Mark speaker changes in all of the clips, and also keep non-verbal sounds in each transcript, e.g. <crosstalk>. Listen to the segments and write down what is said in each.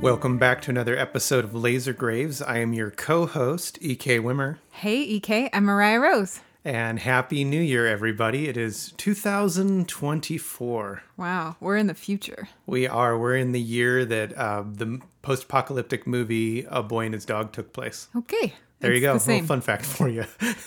Speaker 1: Welcome back to another episode of Laser Graves. I am your co host, EK Wimmer,
Speaker 2: Hey, EK, I'm Mariah Rose.
Speaker 1: and Happy New Year, everybody. It is 2024.
Speaker 2: Wow, we're in the future.
Speaker 1: We are, we're in the year that uh, the post apocalyptic movie A Boy and His Dog took place.
Speaker 2: Okay.
Speaker 1: There you
Speaker 2: it's The
Speaker 1: go. Little
Speaker 2: same.
Speaker 1: fun fact for you.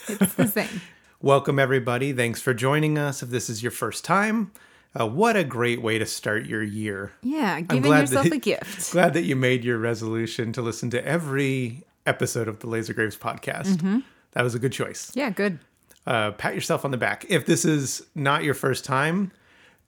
Speaker 2: It's <laughs> the same.
Speaker 1: Welcome, everybody. Thanks for joining us. If this is your first time, uh, what a great way to start your year.
Speaker 2: Yeah, giving
Speaker 1: glad
Speaker 2: yourself
Speaker 1: that-
Speaker 2: a gift.
Speaker 1: <laughs> Glad that you made your resolution to listen to every episode of the Laser Graves podcast.
Speaker 2: Mm-hmm.
Speaker 1: That was a good choice.
Speaker 2: Yeah, good.
Speaker 1: Uh, pat yourself on the back. If this is not your first time,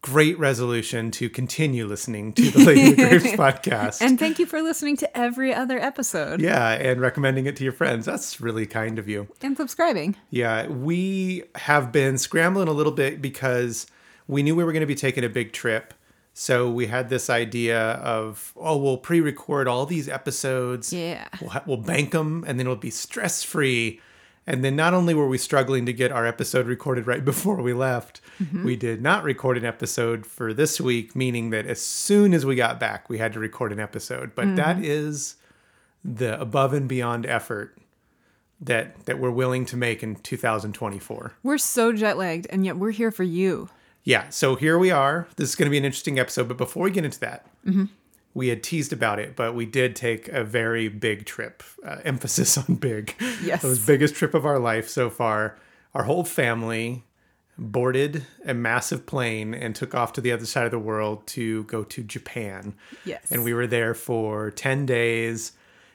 Speaker 1: great resolution to continue listening
Speaker 2: <laughs>
Speaker 1: to the Laser Graves podcast.
Speaker 2: And thank you for listening to every other episode
Speaker 1: yeah, and recommending it to your friends. That's really kind of you.
Speaker 2: and subscribing.
Speaker 1: Yeah, we have been scrambling a little bit because we knew we were going to be taking a big trip. So we had this idea of, oh, we'll pre record all these episodes.
Speaker 2: Yeah.
Speaker 1: We'll, ha- we'll bank them and then it'll be stress free. And then not only were we struggling to get our episode recorded right <laughs> before we left, we did not record an episode for this week, meaning that as soon as we got back, we had to record an episode. But that is the above and beyond effort that that we're willing to make in 2024.
Speaker 2: We're so jet lagged, and yet we're here for you.
Speaker 1: Yeah, so here we are. This is going to be an interesting episode, but before we get into that,
Speaker 2: Mm-hmm.
Speaker 1: we had teased about it, but we did take a very big trip. Uh, emphasis <laughs> on big.
Speaker 2: Yes.
Speaker 1: It was biggest trip of our life so far. Our whole family boarded a massive plane and took off to the other side of the world to go to Japan.
Speaker 2: Yes.
Speaker 1: And we were there for 10 days.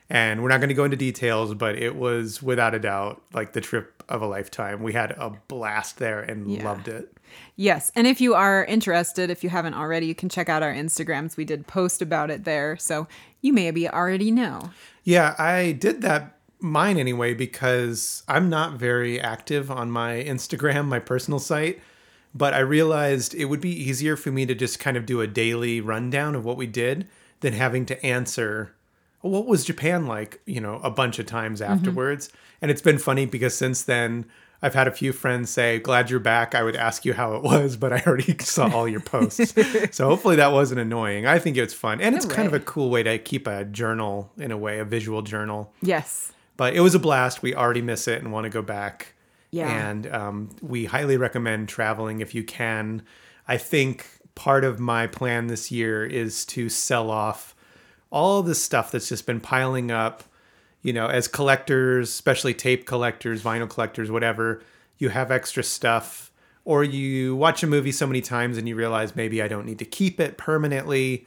Speaker 1: And we're not going to go into details, but it was without a doubt like the trip of a lifetime. We had a blast there and
Speaker 2: Yeah.
Speaker 1: loved it.
Speaker 2: Yes. And if you are interested, if you haven't already, you can check out our Instagrams. We did post about it there. So you maybe already know.
Speaker 1: Yeah, I did that mine anyway because I'm not very active on my Instagram, my personal site, but I realized it would be easier for me to just kind of do a daily rundown of what we did than having to answer what was Japan like, you know, a bunch of times afterwards. And it's been funny because since then I've had a few friends say, "Glad you're back. I would ask you how it was, but I already <laughs> saw all your posts." so hopefully that wasn't annoying. I think it's fun. And it's kind of
Speaker 2: way.
Speaker 1: a cool way to keep a journal in a way, a visual journal.
Speaker 2: Yes.
Speaker 1: But it was a blast. We already miss it and want to go back.
Speaker 2: Yeah.
Speaker 1: And um, we highly recommend traveling if you can. I think part of my plan this year is to sell off all this stuff that's just been piling up. You know, as collectors, especially tape collectors, vinyl collectors, whatever, you have extra stuff, or you watch a movie so many times and you realize maybe I don't need to keep it permanently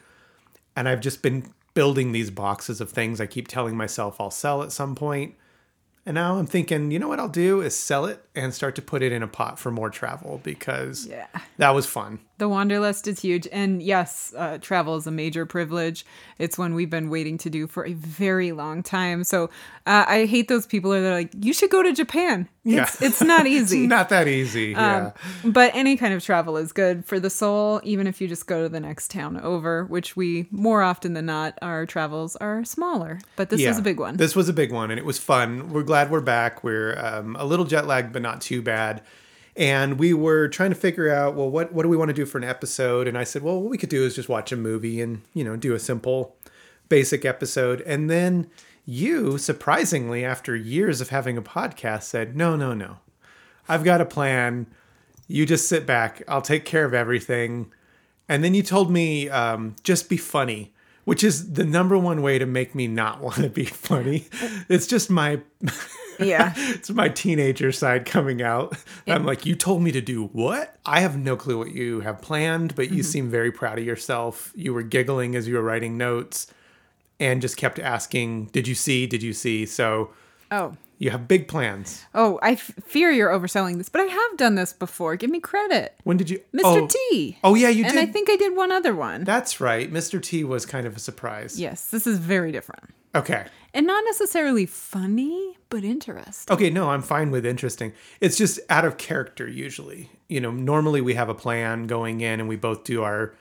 Speaker 1: and I've just been building these boxes of things I keep telling myself I'll sell at some point. And now I'm thinking, you know what I'll do is sell it and start to put it in a pot for more travel because
Speaker 2: Yeah.
Speaker 1: that was fun.
Speaker 2: The Wanderlust is huge. And yes, uh, travel is a major privilege. It's one we've been waiting to do for a very long time. So uh, I hate those people that are like, you should go to Japan. It's,
Speaker 1: Yeah.
Speaker 2: it's
Speaker 1: <laughs>
Speaker 2: not easy.
Speaker 1: Not that easy. yeah.
Speaker 2: But any kind of travel is good for the soul, even if you just go to the next town over, which we more often than not, our travels are smaller. But this was a big one.
Speaker 1: This was a big one, and it was fun. We're glad we're back. We're um, a little jet lagged, but not too bad. And we were trying to figure out, well, what what do we want to do for an episode? And I said, well, what we could do is just watch a movie and you know do a simple, basic episode. And then you, surprisingly, after years of having a podcast, said, no, no, no, I've got a plan. You just sit back. I'll take care of everything. And then you told me um, just be funny, which is the number one way to make me not <laughs> want to be funny. It's just my <laughs>
Speaker 2: yeah.
Speaker 1: it's my teenager side coming out. I'm like, you told me to do what? I have no clue what you have planned, but
Speaker 2: Mm-hmm.
Speaker 1: you seem very proud of yourself. You were giggling as you were writing notes, and just kept asking, "Did you see? Did you see?" So
Speaker 2: Oh.
Speaker 1: you have big plans.
Speaker 2: Oh, I f- fear you're overselling this, but I have done this before. Give me credit.
Speaker 1: When did you,
Speaker 2: Mr.
Speaker 1: Oh,
Speaker 2: T.
Speaker 1: Oh yeah, you
Speaker 2: and
Speaker 1: did.
Speaker 2: I think I did one other one.
Speaker 1: That's right. Mr. T was kind of a surprise.
Speaker 2: Yes, this is very different.
Speaker 1: Okay.
Speaker 2: And not necessarily funny, but interesting.
Speaker 1: Okay, no, I'm fine with interesting. It's just out of character usually. You know, normally we have a plan going in and we both do our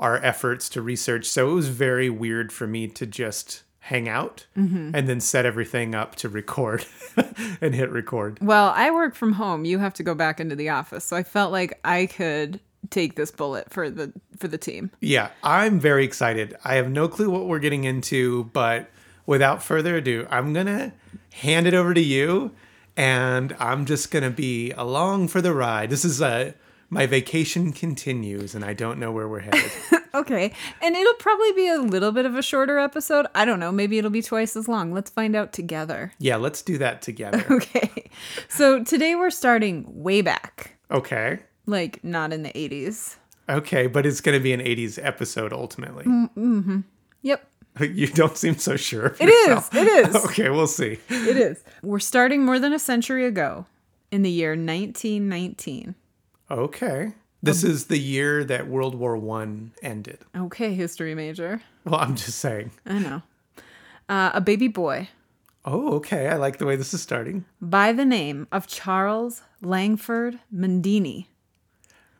Speaker 1: our efforts to research. So it was very weird for me to just hang out and then set everything up to record <laughs> and hit record.
Speaker 2: Well, I work from home. You have to go back into the office. So I felt like I could take this bullet for the for the team.
Speaker 1: Yeah, I'm very excited. I have no clue what we're getting into, but without further ado, I'm going to hand it over to you and I'm just going to be along for the ride. This is a my vacation continues and I don't know where
Speaker 2: <laughs>
Speaker 1: we're headed.
Speaker 2: Okay. And it'll probably be a little bit of a shorter episode. I don't know, maybe it'll be twice as long. Let's find out together. <laughs>
Speaker 1: yeah, let's do that together.
Speaker 2: Okay. So today we're starting way back.
Speaker 1: Okay.
Speaker 2: Like not in the 80s.
Speaker 1: Okay, but it's going to be an 80s episode ultimately.
Speaker 2: Mm. Yep.
Speaker 1: <laughs> You don't seem so sure. of
Speaker 2: It
Speaker 1: yourself.
Speaker 2: is. It <laughs> is.
Speaker 1: <laughs> Okay, we'll see.
Speaker 2: It is. We're starting more than a century ago in the year 1919.
Speaker 1: Okay. This
Speaker 2: Um,
Speaker 1: is the year that World War One ended.
Speaker 2: Okay, history major.
Speaker 1: Well, I'm just saying.
Speaker 2: I know. Uh, a baby boy
Speaker 1: Oh, okay. I like the way this is starting.
Speaker 2: by the name of Charles Langford Mendini,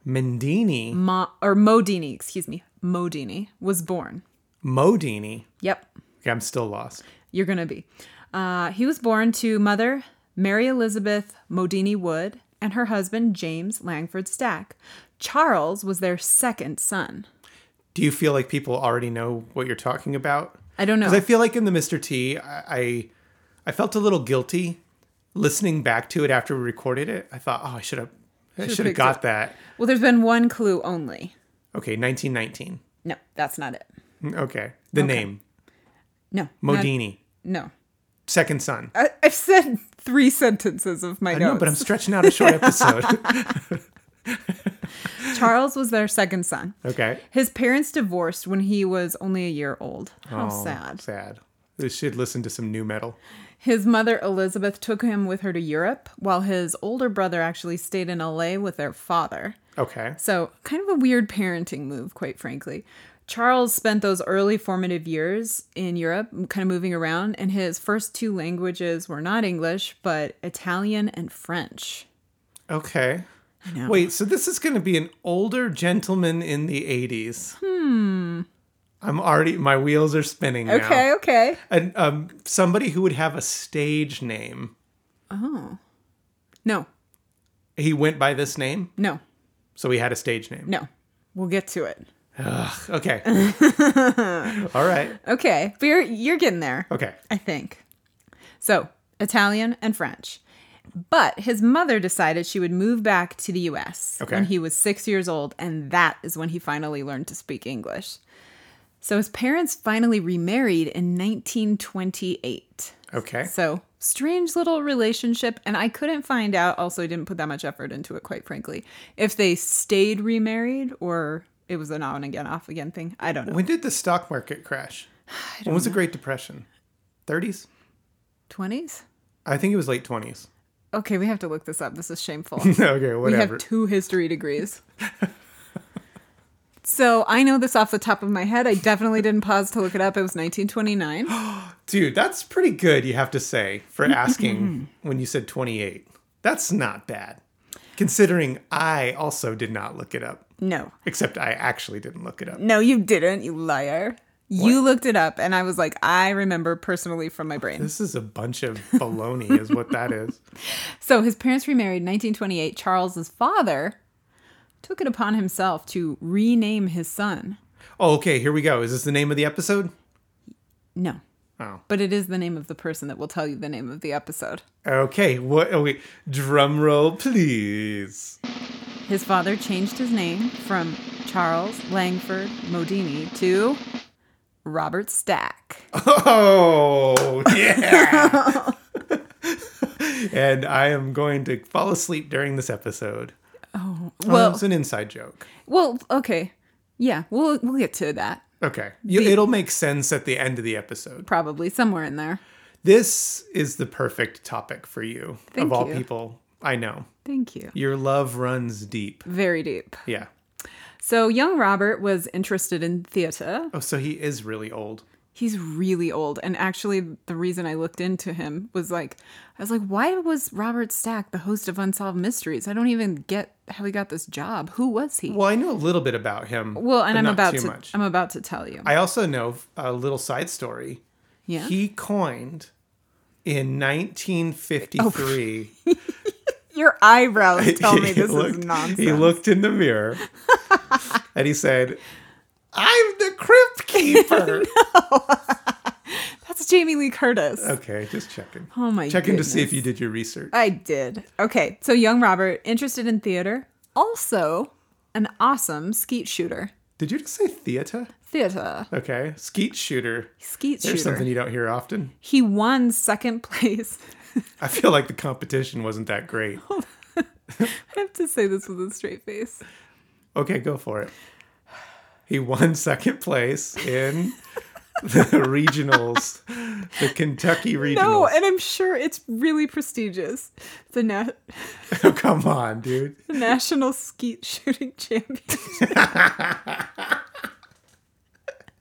Speaker 1: Mendini,
Speaker 2: Ma- or Modini, excuse me, Modini, was born.
Speaker 1: Modini.
Speaker 2: Yep,
Speaker 1: Okay, I'm still lost.
Speaker 2: you're going to be. Uh, he was born to mother Mary Elizabeth Modini Wood and her husband James Langford Stack. Charles was their second son.
Speaker 1: Do you feel like people already know what you're talking about?
Speaker 2: I don't know.
Speaker 1: Because I feel like in the Mr. T, I, I, I felt a little guilty listening back to it after we recorded it. I thought, oh, I should have, I should have
Speaker 2: picked
Speaker 1: got
Speaker 2: it.
Speaker 1: that.
Speaker 2: Well, there's been one clue only.
Speaker 1: Okay, 1919.
Speaker 2: No, that's not it.
Speaker 1: Okay, the name
Speaker 2: No. not-
Speaker 1: Modini,
Speaker 2: no.
Speaker 1: second son.
Speaker 2: I, I've said three sentences of my
Speaker 1: No,
Speaker 2: notes.
Speaker 1: but I'm stretching out
Speaker 2: <laughs>
Speaker 1: a short episode.
Speaker 2: Charles was their second son.
Speaker 1: okay.
Speaker 2: His parents divorced when he was only a year old. How
Speaker 1: Oh,
Speaker 2: sad.
Speaker 1: Sad. They should listen to some new metal.
Speaker 2: His mother, Elizabeth, took him with her to Europe, while his older brother actually stayed in LA with their father.
Speaker 1: Okay.
Speaker 2: So, kind of a weird parenting move, quite frankly. Charles spent those early formative years in Europe, kind of moving around, and his first two languages were not English, but Italian and French.
Speaker 1: Okay.
Speaker 2: know.
Speaker 1: Wait, so this is going to be an older gentleman in the 80s. Hmm. I'm already, my wheels are spinning now.
Speaker 2: Okay, okay.
Speaker 1: And, um, somebody who would have a stage name.
Speaker 2: No,
Speaker 1: He went by this name,
Speaker 2: no,
Speaker 1: so he had a stage name.
Speaker 2: no. We'll get to it. <laughs>
Speaker 1: Okay. All right.
Speaker 2: Okay, but you're, you're getting there.
Speaker 1: Okay.
Speaker 2: I think. So, Italian and French. But his mother decided she would move back to the US
Speaker 1: Okay.
Speaker 2: when he was six years old, and that is when he finally learned to speak English. So his parents finally remarried in 1928.
Speaker 1: Okay.
Speaker 2: So, strange little relationship. And I couldn't find out, also, I didn't put that much effort into it, quite frankly, if they stayed remarried or it was an on again, off again thing. I don't know.
Speaker 1: When did the stock
Speaker 2: <sighs>
Speaker 1: market crash? When was the Great Depression? 30s?
Speaker 2: 20s?
Speaker 1: I think it was late 20s.
Speaker 2: Okay, we have to look this up. This is shameful.
Speaker 1: <laughs> okay,
Speaker 2: We
Speaker 1: whatever.
Speaker 2: have two history
Speaker 1: <laughs>
Speaker 2: degrees. so I know this off the top of my head. I definitely didn't pause to look it up. It was
Speaker 1: <gasps>
Speaker 2: 1929.
Speaker 1: Dude, that's pretty good, you have to say, for asking when you said 28. That's not bad, considering I also did not look it up,
Speaker 2: No,
Speaker 1: except I actually didn't look it up.
Speaker 2: no, you didn't, you liar. You looked it up, and I was like, I remember personally from my brain.
Speaker 1: This is a bunch of baloney, is what that is.
Speaker 2: So his parents remarried in 1928. Charles's father took it upon himself to rename his son.
Speaker 1: Oh, okay, here we go. Is this the name of the episode?
Speaker 2: No,
Speaker 1: Oh.
Speaker 2: but it is the name of the person that will tell you the name of the episode.
Speaker 1: Okay, what? Oh, wait. Drum roll, please.
Speaker 2: His father changed his name from Charles Langford Modini to Robert Stack.
Speaker 1: Oh, yeah. <laughs> and I am going to fall asleep during this episode. Um,
Speaker 2: Well,
Speaker 1: it's an inside joke.
Speaker 2: well, okay. Yeah, we'll we'll get to that
Speaker 1: Okay. You, it'll make sense at the end of the episode.
Speaker 2: probably somewhere in there.
Speaker 1: This is the perfect topic for you, of
Speaker 2: Thank
Speaker 1: all
Speaker 2: you.
Speaker 1: people. I know.
Speaker 2: Thank you.
Speaker 1: Your love runs deep.
Speaker 2: Very deep.
Speaker 1: Yeah.
Speaker 2: So young Robert was interested in theater.
Speaker 1: Oh, so he is really old.
Speaker 2: He's really old and actually the reason I looked into him was like I was like why was Robert Stack the host of Unsolved Mysteries? I don't even get how he got this job. Who was he?
Speaker 1: Well, I know a little bit about him.
Speaker 2: Well, and
Speaker 1: but
Speaker 2: I'm
Speaker 1: not
Speaker 2: about
Speaker 1: too
Speaker 2: to
Speaker 1: much.
Speaker 2: I'm about to tell you.
Speaker 1: I also know a little side story.
Speaker 2: Yeah.
Speaker 1: He coined in 1953.
Speaker 2: <laughs>
Speaker 1: <laughs>
Speaker 2: Your eyebrows tell me
Speaker 1: he
Speaker 2: this
Speaker 1: looked- <laughs>
Speaker 2: is nonsense. <laughs>
Speaker 1: He looked in the mirror and he said, I'm the
Speaker 2: <laughs>
Speaker 1: crypt keeper.
Speaker 2: That's Jamie Lee Curtis.
Speaker 1: Okay, just checking.
Speaker 2: Oh my
Speaker 1: Checking to see if
Speaker 2: goodness.
Speaker 1: you did your research.
Speaker 2: I did. Okay, so young Robert, interested in theater, also an awesome skeet shooter.
Speaker 1: Did you just say theater?
Speaker 2: Theater.
Speaker 1: Okay. Skeet shooter.
Speaker 2: Skeet
Speaker 1: There's
Speaker 2: shooter.
Speaker 1: something you don't hear often.
Speaker 2: He won second <laughs> place.
Speaker 1: I feel like the competition wasn't
Speaker 2: <laughs>
Speaker 1: that great.
Speaker 2: I have to say this with a straight face.
Speaker 1: Okay, go for it. He won second place in
Speaker 2: <laughs>
Speaker 1: the regionals, the Kentucky regionals. <laughs>
Speaker 2: No, and I'm sure it's really prestigious. The, na- <laughs>
Speaker 1: Oh, come on, dude.
Speaker 2: the National Skeet Shooting Championship.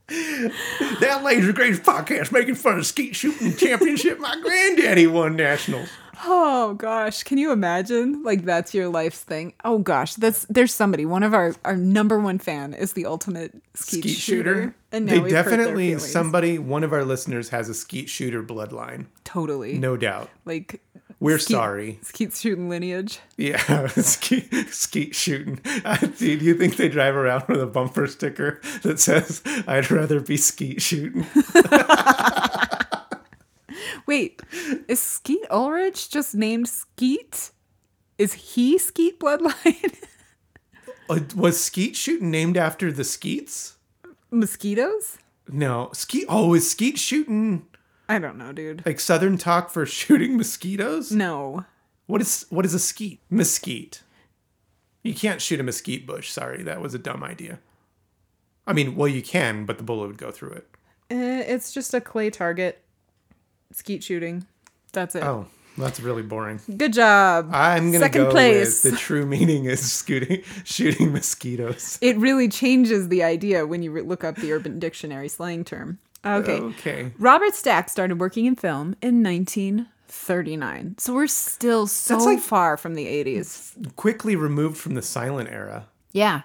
Speaker 1: That Laser Grace podcast making fun of skeet shooting championship. My granddaddy won nationals.
Speaker 2: Oh gosh, can you imagine? Like that's your life's thing. Oh gosh, that's there's somebody. One of our our number one fan is the ultimate skeet,
Speaker 1: Skeet
Speaker 2: shooter.
Speaker 1: shooter.
Speaker 2: and now
Speaker 1: They
Speaker 2: we've hurt their
Speaker 1: definitely
Speaker 2: feelings.
Speaker 1: somebody. One of our listeners has a skeet shooter bloodline.
Speaker 2: totally
Speaker 1: No doubt.
Speaker 2: like
Speaker 1: We're
Speaker 2: skeet-
Speaker 1: sorry.
Speaker 2: skeet shooting lineage.
Speaker 1: Yeah, <laughs> skeet, skeet shooting. <laughs> Uh, do you think they drive around with a bumper sticker that says, I'd rather be skeet shooting? <laughs>
Speaker 2: Wait, is Skeet Ulrich just named Skeet? Is he Skeet bloodline? <laughs>
Speaker 1: Uh, Was skeet shooting named after the skeets?
Speaker 2: Mosquitoes?
Speaker 1: No. Skeet. Oh, is skeet shooting
Speaker 2: I don't know, dude.
Speaker 1: like Southern talk for <laughs> shooting mosquitoes?
Speaker 2: No.
Speaker 1: What is what is a skeet? Mesquite. You can't shoot a mesquite bush. Sorry, that was a dumb idea. I mean, well, you can, but the bullet would go through it.
Speaker 2: Eh, it's just a clay target. Skeet shooting. That's it.
Speaker 1: Oh, that's really boring.
Speaker 2: Good job.
Speaker 1: I'm gonna
Speaker 2: Second
Speaker 1: go
Speaker 2: place.
Speaker 1: with the true meaning is scooting, shooting mosquitoes.
Speaker 2: it really changes the idea when you re- look up the Urban Dictionary slang term. <laughs> Okay.
Speaker 1: Okay.
Speaker 2: Robert Stack started working in film in 1939. So we're still so
Speaker 1: That's like-
Speaker 2: far from the 80s.
Speaker 1: Quickly removed from the silent era.
Speaker 2: Yeah.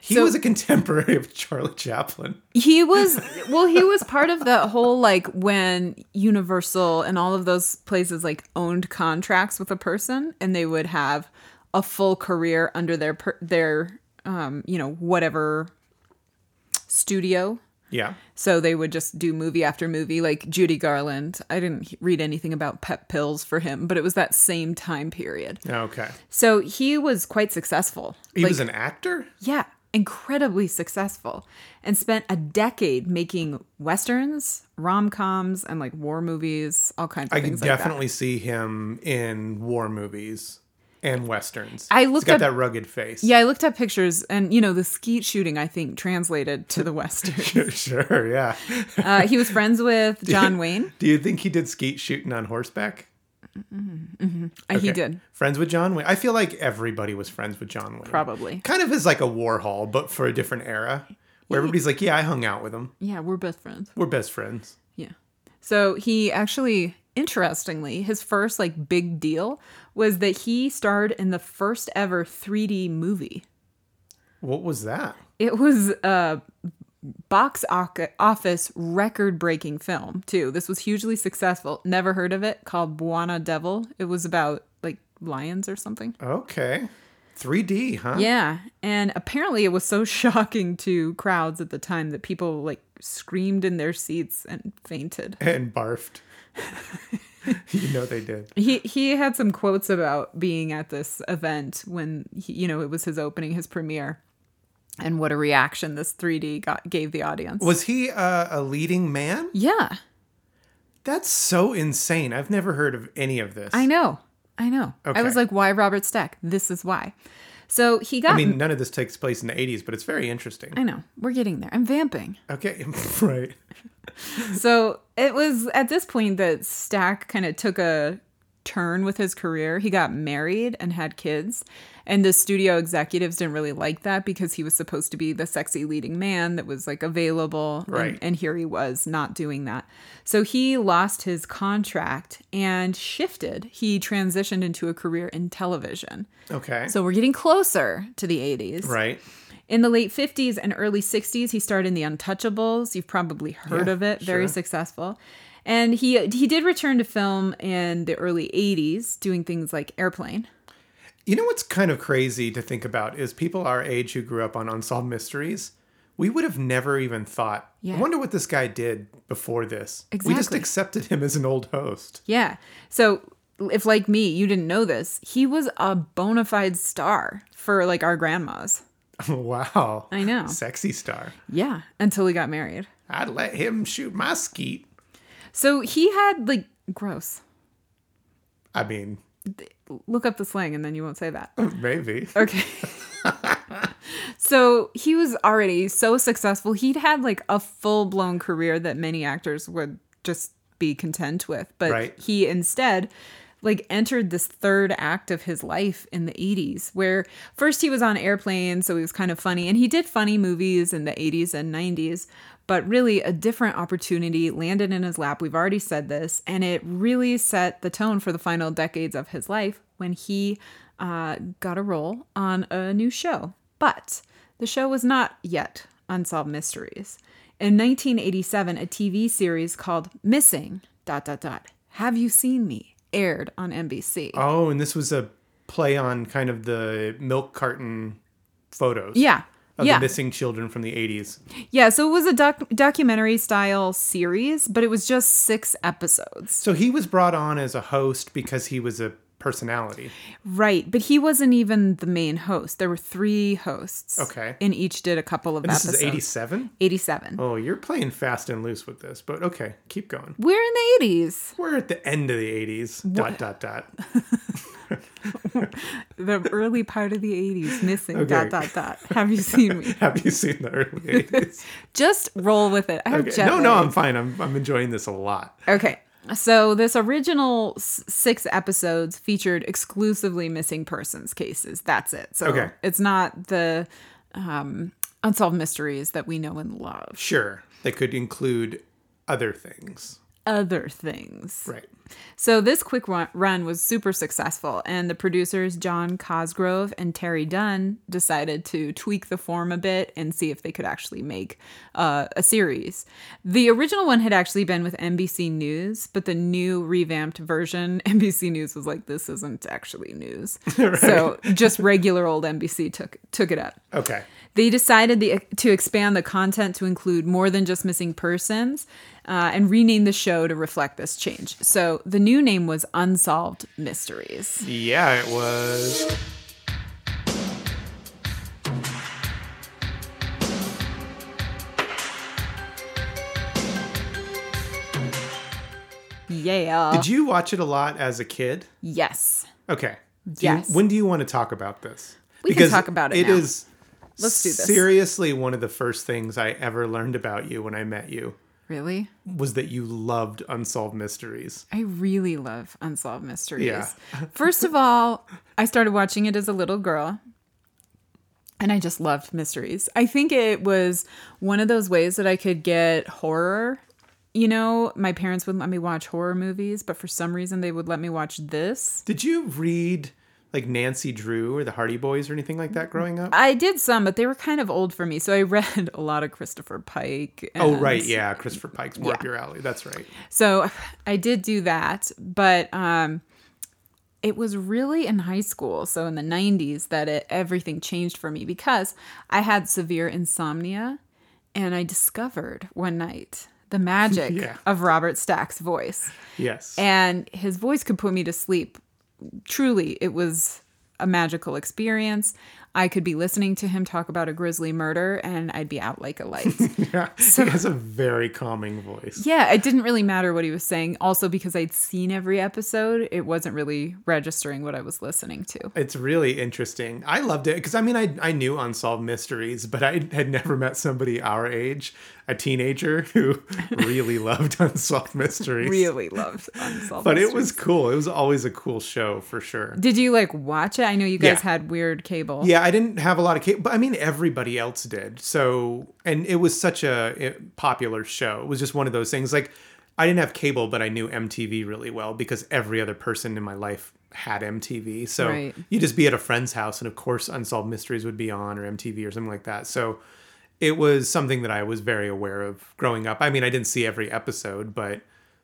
Speaker 1: He
Speaker 2: So-
Speaker 1: was a contemporary of Charlie Chaplin.
Speaker 2: He was well he was part of the whole like when Universal and all of those places like owned contracts with a person and they would have a full career under their per- their um you know whatever studio
Speaker 1: Yeah.
Speaker 2: So they would just do movie after movie, like Judy Garland. I didn't he- read anything about pep pills for him, but it was that same time period.
Speaker 1: Okay.
Speaker 2: So he was quite successful.
Speaker 1: He
Speaker 2: like,
Speaker 1: was an actor.
Speaker 2: yeah, incredibly successful and spent a decade making westerns, rom coms, and like war movies, all kinds of
Speaker 1: I could
Speaker 2: things. like that.
Speaker 1: definitely see him in war movies and westerns.
Speaker 2: I looked
Speaker 1: He's got
Speaker 2: up-
Speaker 1: that rugged face.
Speaker 2: Yeah, I looked up pictures and, you know, the skeet shooting, I think, translated to the Western.
Speaker 1: <laughs> sure. Yeah.
Speaker 2: Uh, he was friends with John Wayne.
Speaker 1: Do you think he did skeet shooting on horseback?
Speaker 2: Uh, He
Speaker 1: Okay.
Speaker 2: did,
Speaker 1: Friends with John Wayne. I feel like everybody was friends with John Wayne.
Speaker 2: probably.
Speaker 1: Kind of is like a Warhol, but for a different era, where everybody's like, "Yeah, I hung out with him.
Speaker 2: Yeah, we're best friends.
Speaker 1: We're best friends."
Speaker 2: Yeah. So he actually, interestingly, his first like big deal was that he starred in the first ever 3D movie.
Speaker 1: What was that?
Speaker 2: It was a box oc- office record breaking film, too. This was hugely successful. Never heard of it, called Buona Devil. It was about like lions or something.
Speaker 1: Okay, 3D, huh?
Speaker 2: Yeah. And apparently it was so <laughs> shocking to crowds at the time that people like screamed in their seats and fainted.
Speaker 1: And barfed. <laughs> you know they did.
Speaker 2: He he had some quotes about being at this event when he, you know it was his opening, his premiere, and what a reaction this 3D got, gave the audience.
Speaker 1: Was he uh, a leading man?
Speaker 2: yeah,
Speaker 1: That's so insane. I've never heard of any of this.
Speaker 2: I know, I know. I was
Speaker 1: Okay.
Speaker 2: like, why Robert Stack? This is why. So he got.
Speaker 1: I mean, none of this takes place in the 80s, but it's very interesting.
Speaker 2: I know we're getting there. I'm vamping.
Speaker 1: Okay, <laughs> right.
Speaker 2: So it was at this point that Stack kind of took a turn with his career. He got married and had kids, and the studio executives didn't really like that because he was supposed to be the sexy leading man that was like available. and-
Speaker 1: Right.
Speaker 2: and here he was not doing that. So he lost his contract and shifted. He transitioned into a career in television.
Speaker 1: Okay.
Speaker 2: So we're getting closer to the 80s.
Speaker 1: right.
Speaker 2: In the late 50s and early 60s, he starred in The Untouchables. You've probably heard
Speaker 1: Yeah,
Speaker 2: of it. Very
Speaker 1: sure.
Speaker 2: successful. And he he did return to film in the early 80s doing things like Airplane.
Speaker 1: You know what's kind of crazy to think about is people our age who grew up on unsolved mysteries. We would have never even thought.
Speaker 2: Yeah.
Speaker 1: I wonder what this guy did before this. We just
Speaker 2: Exactly.
Speaker 1: accepted him as an old host. <laughs>
Speaker 2: Yeah. So if like me, you didn't know this, he was a bona fide star for like our grandmas.
Speaker 1: wow.
Speaker 2: I know.
Speaker 1: Sexy star.
Speaker 2: Yeah. Until he got married.
Speaker 1: I'd let him shoot my skeet.
Speaker 2: So he had like gross.
Speaker 1: I mean, <laughs>
Speaker 2: Look up the slang and then you won't say that.
Speaker 1: maybe.
Speaker 2: Okay. so he was already so successful. He'd had like a full blown career that many actors would just be content with. But
Speaker 1: Right.
Speaker 2: he instead like entered this third act of his life in the 80s where first he was on airplanes so he was kind of funny and he did funny movies in the 80s and 90s but really a different opportunity landed in his lap we've already said this and it really set the tone for the final decades of his life when he uh, got a role on a new show but the show was not yet unsolved mysteries in 1987 a tv series called missing dot dot dot have you seen me aired on nbc
Speaker 1: Oh, and this was a play on kind of the milk carton photos.
Speaker 2: yeah
Speaker 1: Of
Speaker 2: yeah
Speaker 1: the missing children from the 80s.
Speaker 2: yeah so it was a doc- documentary style series but it was just six episodes
Speaker 1: So he was brought on as a host because he was a personality.
Speaker 2: Right, but he wasn't even the main host. There were three hosts.
Speaker 1: Okay.
Speaker 2: and each did a couple of
Speaker 1: And this
Speaker 2: episodes.
Speaker 1: is 87?
Speaker 2: 87.
Speaker 1: Oh, you're playing fast and loose with this, but okay, keep going.
Speaker 2: We're in the 80s,
Speaker 1: We're at the end of the 80s. Dot, dot, dot. <laughs>
Speaker 2: the early part of the 80s. Missing
Speaker 1: Okay.
Speaker 2: dot dot dot. Have you seen me?
Speaker 1: Have you seen
Speaker 2: <laughs>
Speaker 1: the early 80s?
Speaker 2: Just roll with it. I have
Speaker 1: Okay.
Speaker 2: jet
Speaker 1: No, no,
Speaker 2: lag.
Speaker 1: I'm fine. I'm, I'm enjoying this a lot.
Speaker 2: Okay. So this original s- six episodes featured exclusively missing persons cases. That's it. So
Speaker 1: Okay.
Speaker 2: it's not the um, unsolved mysteries that we know and love.
Speaker 1: Sure, they could include other things.
Speaker 2: Other things.
Speaker 1: Right.
Speaker 2: So this quick run- run was super successful, and the producers John Cosgrove and Terry Dunn decided to tweak the form a bit and see if they could actually make uh, a series. The original one had actually been with NBC News, but the new revamped version, <laughs> NBC News was like, "This isn't actually news," so just regular old NBC took took it up.
Speaker 1: Okay.
Speaker 2: They decided the, to expand the content to include more than just missing persons uh, and rename the show to reflect this change. So the new name was Unsolved Mysteries.
Speaker 1: Yeah, it was.
Speaker 2: Yeah.
Speaker 1: Did you watch it a lot as a kid?
Speaker 2: yes.
Speaker 1: Okay. Do you-
Speaker 2: Yes.
Speaker 1: when do you want to talk about this?
Speaker 2: We can talk about it
Speaker 1: It
Speaker 2: now.
Speaker 1: is
Speaker 2: Let's do this.
Speaker 1: Seriously, one of the first things I ever learned about you when I met you
Speaker 2: Really?
Speaker 1: was that you loved unsolved mysteries.
Speaker 2: I really love Unsolved Mysteries.
Speaker 1: Yeah.
Speaker 2: First of all, I started watching it as a little girl. And I just loved mysteries. I think it was one of those ways that I could get horror. You know, my parents wouldn't let me watch horror movies, but for some reason they would let me watch this.
Speaker 1: Did you read like Nancy Drew or the Hardy Boys or anything like that growing up?
Speaker 2: I did some, but they were kind of old for me. So I <laughs> read a lot of Christopher Pike.
Speaker 1: Oh
Speaker 2: and-
Speaker 1: right, yeah, Christopher Pike's more up
Speaker 2: Yeah.
Speaker 1: your alley. That's right.
Speaker 2: So <laughs> I did do that, but um, it was really in high school, so in the 90s, that it, everything changed for me because I had severe insomnia and I discovered one night the magic
Speaker 1: Yeah.
Speaker 2: of Robert Stack's voice.
Speaker 1: Yes.
Speaker 2: And his voice could put me to sleep. Truly, it was a magical experience. I could be listening to him talk about a grisly murder and I'd be out like a light.
Speaker 1: <laughs> yeah. he has a very calming voice.
Speaker 2: Yeah, it didn't really matter what he was saying. Also, because I'd seen every episode, it wasn't really registering what I was listening to.
Speaker 1: It's really interesting. I loved it because I mean, I, I knew Unsolved Mysteries, but I had never met somebody our age, a teenager, <laughs> who really loved Unsolved Mysteries.
Speaker 2: Really loved Unsolved.
Speaker 1: But it
Speaker 2: Mysteries.
Speaker 1: was cool. It was always a cool show for sure.
Speaker 2: Did you like watch it? I know you guys
Speaker 1: Yeah.
Speaker 2: had weird cable.
Speaker 1: Yeah, I didn't have a lot of cable, but I mean, everybody else did. So, and it was such a eh, popular show. It was just one of those things. Like, I didn't have cable, but I knew MTV really well because every other person in my life had MTV. So
Speaker 2: Right.
Speaker 1: you'd just be at a friend's house, and of course, Unsolved Mysteries would be on or MTV or something like that. So it was something that I was very aware of growing up. I mean, I didn't see every episode, but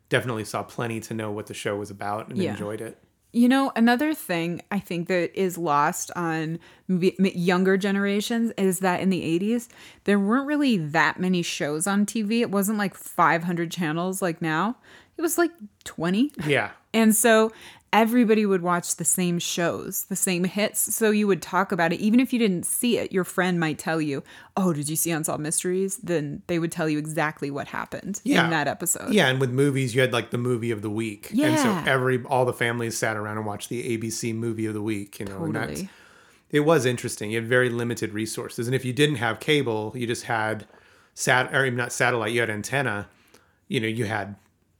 Speaker 1: definitely saw plenty to know what the show was about and
Speaker 2: Yeah.
Speaker 1: enjoyed it.
Speaker 2: You know, another thing I think that is lost on m- m- younger generations is that in the 80s, there weren't really that many shows on TV. It wasn't like 500 channels like now, it was like 20.
Speaker 1: Yeah.
Speaker 2: And so everybody would watch the same shows, the same hits. So you would talk about it. Even if you didn't see it, your friend might tell you, Oh, did you see Unsolved Mysteries? Then they would tell you exactly what happened
Speaker 1: Yeah.
Speaker 2: in that episode.
Speaker 1: Yeah, and with movies, you had like the movie of the week, and
Speaker 2: Yeah.
Speaker 1: so every all the families sat around and watched the ABC movie of the week. You know, and that's-
Speaker 2: Totally.
Speaker 1: it was interesting. You had very limited resources, and if you didn't have cable, you just had sat or not satellite. You had antenna. You know, you had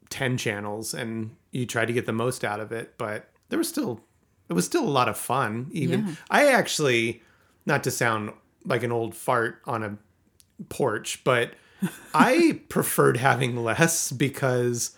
Speaker 1: ten channels, and you tried to get the most out of it. But there was still it was still a lot of fun. Even
Speaker 2: Yeah.
Speaker 1: I actually, not to sound like an old fart on a porch, but I <laughs> preferred having less because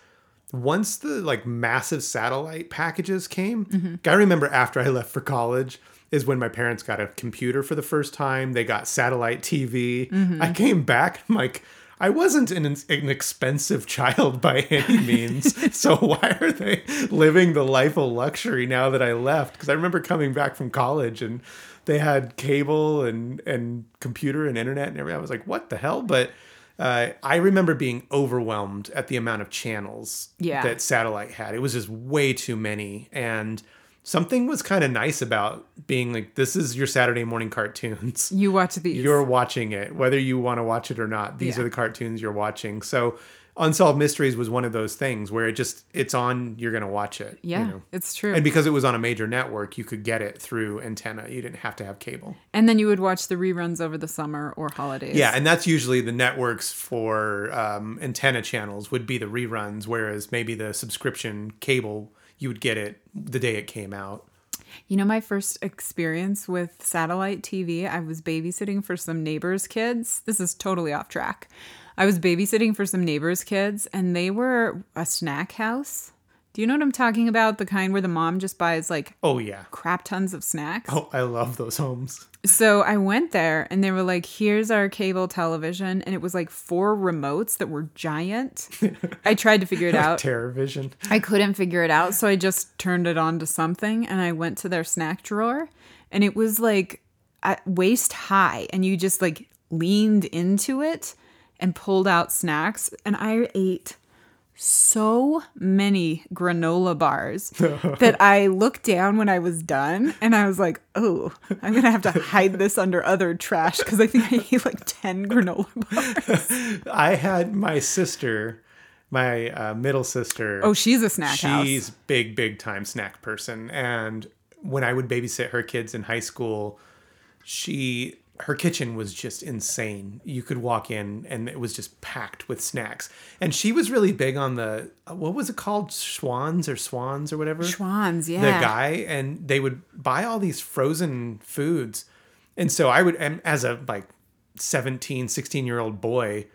Speaker 1: once the like massive satellite packages came, I remember after I left for college is when my parents got a computer for the first time. They got satellite TV. I came back, I'm like, I wasn't an, an expensive child by any means. so why are they living the life of luxury now that I left? Because I remember coming back from college and they had cable and and computer and internet and everything. I was like, what the hell? But uh, I remember being overwhelmed at the amount of channels
Speaker 2: Yeah.
Speaker 1: that satellite had. It was just way too many. And something was kind of nice about being like, this is your Saturday
Speaker 2: <laughs>
Speaker 1: morning cartoons.
Speaker 2: You watch these.
Speaker 1: You're watching it, whether you want to watch it or not. These
Speaker 2: Yeah.
Speaker 1: are the cartoons you're watching. So Unsolved Mysteries was one of those things where it just, it's on, you're going to watch it. you
Speaker 2: yeah,
Speaker 1: know?
Speaker 2: it's true.
Speaker 1: And because it was on a major network, you could get it through antenna. You didn't have to have cable.
Speaker 2: And then you would watch the reruns over the summer or holidays.
Speaker 1: Yeah, and that's usually the networks for um, antenna channels would be the reruns, whereas maybe the subscription cable you would get it the day it came out.
Speaker 2: You know, my first experience with satellite TV, I was babysitting for some neighbors' kids. This is totally off track. I was babysitting for some neighbors' kids, and they were a snack house. Do you know what I'm talking about? The kind where the mom just buys like
Speaker 1: Oh yeah,
Speaker 2: crap tons of snacks.
Speaker 1: oh I love those homes.
Speaker 2: So I went there and they were like, here's our cable television. And it was like four remotes that were giant. I tried to figure it out.
Speaker 1: Terror Vision.
Speaker 2: I couldn't figure it out, so I just turned it on to something and I went to their snack drawer and it was like at waist high and you just like leaned into it and pulled out snacks and I ate so many granola <laughs> bars that I looked down when I was done and I was like, "Oh, I'm going to have to hide this under other trash cuz I think I ate like 10 granola bars."
Speaker 1: I had my sister, my uh, middle sister.
Speaker 2: Oh, she's a snack house.
Speaker 1: She's big, big time snack person. And when I would babysit her kids in high school, she her kitchen was just insane. You could walk in and it was just packed with snacks. And she was really big on the what was it called? Swans or swans or whatever
Speaker 2: Schwann's, yeah.
Speaker 1: the guy and they would buy all these frozen foods and so i would and as a like 17 16 year old boy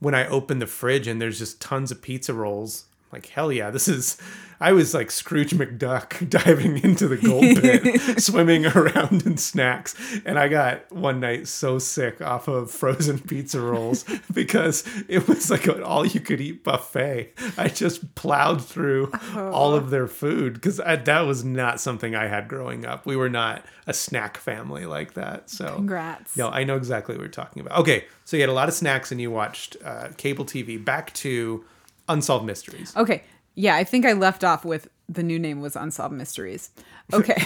Speaker 1: when i open the fridge and there's just tons of pizza rolls I'm like hell yeah this is i was like scrooge mcduck <laughs> diving into the gold pit swimming around in snacks and i got one night so sick off of frozen pizza rolls because it was like an all you could eat buffet i just plowed through all of their food because that was not something i had growing up we were not a snack family like that so
Speaker 2: Congrats.
Speaker 1: no, I know exactly what you're talking about. Okay, so you had a lot of snacks and you watched uh, cable TV. Back to Unsolved Mysteries.
Speaker 2: Okay. Yeah, I think I left off with the new name was Unsolved Mysteries.
Speaker 1: <laughs>
Speaker 2: Okay.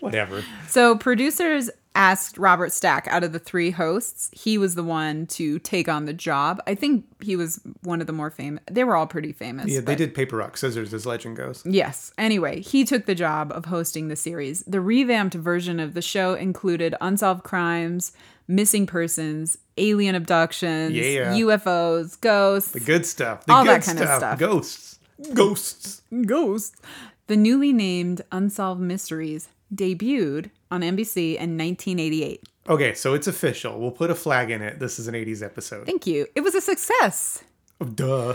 Speaker 1: Whatever.
Speaker 2: so producers asked Robert Stack out of the three hosts, he was the one to take on the job. I think he was one of the more famous. They were all pretty famous.
Speaker 1: Yeah,
Speaker 2: but-
Speaker 1: they did paper rock scissors, as legend goes.
Speaker 2: Yes. Anyway, he took the job of hosting the series. The revamped version of the show included unsolved crimes, missing persons, alien abductions,
Speaker 1: Yeah.
Speaker 2: UFOs, ghosts,
Speaker 1: The good stuff. The
Speaker 2: All
Speaker 1: good
Speaker 2: that kind of stuff.
Speaker 1: Ghosts. Ghosts.
Speaker 2: Ghost. The newly named Unsolved Mysteries debuted on NBC in 1988.
Speaker 1: Okay, so it's official. We'll put a flag in it. This is an 80s episode.
Speaker 2: Thank you. It was a success.
Speaker 1: Oh, duh.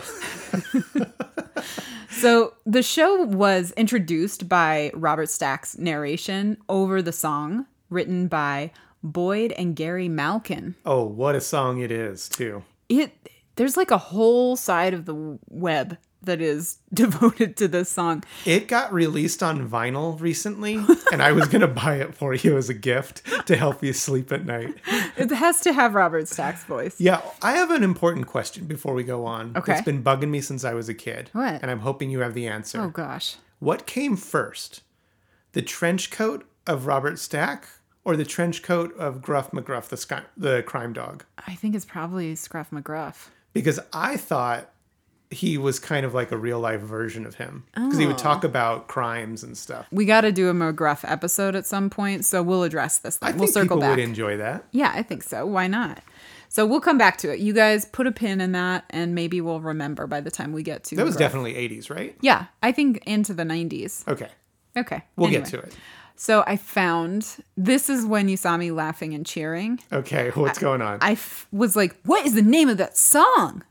Speaker 2: So the show was introduced by Robert Stack's narration over the song written by Boyd and Gary Malkin.
Speaker 1: Oh, what a song it is, too.
Speaker 2: It there's like a whole side of the web that is <laughs> devoted to this song.
Speaker 1: It got released on vinyl recently, and I was going to <laughs> buy it for you as a gift to help you sleep at night.
Speaker 2: It has to have Robert Stack's voice.
Speaker 1: Yeah, I have an important question before we go on.
Speaker 2: Okay.
Speaker 1: It's been bugging me since I was a kid.
Speaker 2: What?
Speaker 1: And I'm hoping you have the answer.
Speaker 2: Oh gosh.
Speaker 1: What came first? The trench coat of Robert Stack or the trench coat of Gruff McGruff, the, sky, the crime dog?
Speaker 2: I think it's probably Scruff McGruff.
Speaker 1: because I thought he was kind of like a real life version of him because he would
Speaker 2: Oh.
Speaker 1: talk about crimes and stuff.
Speaker 2: We got to do a McGruff episode at some point, so we'll address this
Speaker 1: I
Speaker 2: then. We'll
Speaker 1: think
Speaker 2: circle
Speaker 1: people
Speaker 2: back.
Speaker 1: would enjoy that.
Speaker 2: Yeah, I think so. Why not? So we'll come back to it. You guys put a pin in that, and maybe we'll remember by the time we get to
Speaker 1: That was
Speaker 2: McGruff.
Speaker 1: definitely 80s, right?
Speaker 2: Yeah, I think into the 90s.
Speaker 1: Okay,
Speaker 2: Okay.
Speaker 1: we'll get to it.
Speaker 2: So I found this is when you saw me laughing and cheering.
Speaker 1: Okay, <laughs> what's going on?
Speaker 2: I f- was like, what is the name of that song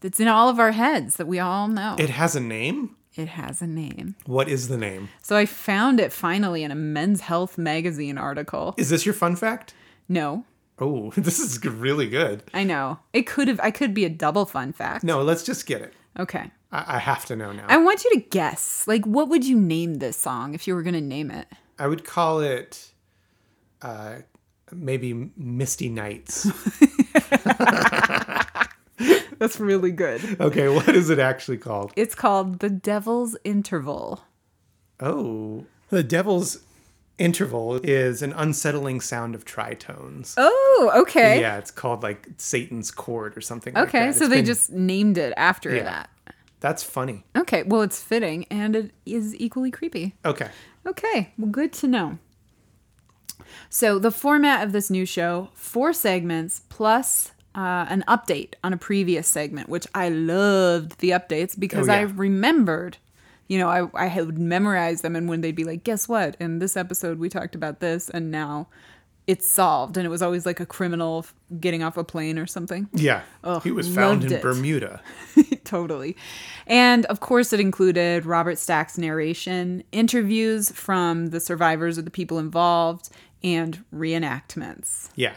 Speaker 2: that's in all of our heads that we all know?
Speaker 1: it has a name.
Speaker 2: it has a name.
Speaker 1: What is the name?
Speaker 2: So I found it finally in a men's health magazine article.
Speaker 1: Is this your fun fact?
Speaker 2: No,
Speaker 1: Oh, <laughs> this is g- really good.
Speaker 2: I know. It could have, I could be a double fun fact.
Speaker 1: No, let's just get it.
Speaker 2: Okay.
Speaker 1: I, I have to know now.
Speaker 2: I want you to guess. Like, what would you name this song if you were going to name it?
Speaker 1: I would call it uh, maybe Misty Nights.
Speaker 2: <laughs> That's really good.
Speaker 1: okay, what is it actually called?
Speaker 2: It's called The Devil's Interval.
Speaker 1: Oh, the devil's interval is an unsettling sound of tritones.
Speaker 2: Oh, okay.
Speaker 1: Yeah, it's called like Satan's chord or something. like
Speaker 2: Okay,
Speaker 1: that.
Speaker 2: so
Speaker 1: It's
Speaker 2: they
Speaker 1: been-
Speaker 2: just named it after
Speaker 1: Yeah.
Speaker 2: that.
Speaker 1: that's funny.
Speaker 2: Okay, well, it's fitting and it is equally creepy.
Speaker 1: Okay,
Speaker 2: Okay, well, good to know. So, the format of this new show four segments plus uh, an update on a previous segment, which I loved the updates because
Speaker 1: Oh,
Speaker 2: I
Speaker 1: yeah.
Speaker 2: remembered, you know, I, I had memorized them, and when they'd be like, guess what? In this episode, we talked about this, and now it's solved. And it was always like a criminal f- getting off a plane or something.
Speaker 1: yeah,
Speaker 2: Oh,
Speaker 1: he was found
Speaker 2: loved
Speaker 1: in
Speaker 2: it.
Speaker 1: Bermuda.
Speaker 2: <laughs> totally. And of course, it included Robert Stack's narration, interviews from the survivors or the people involved, and reenactments.
Speaker 1: Yeah,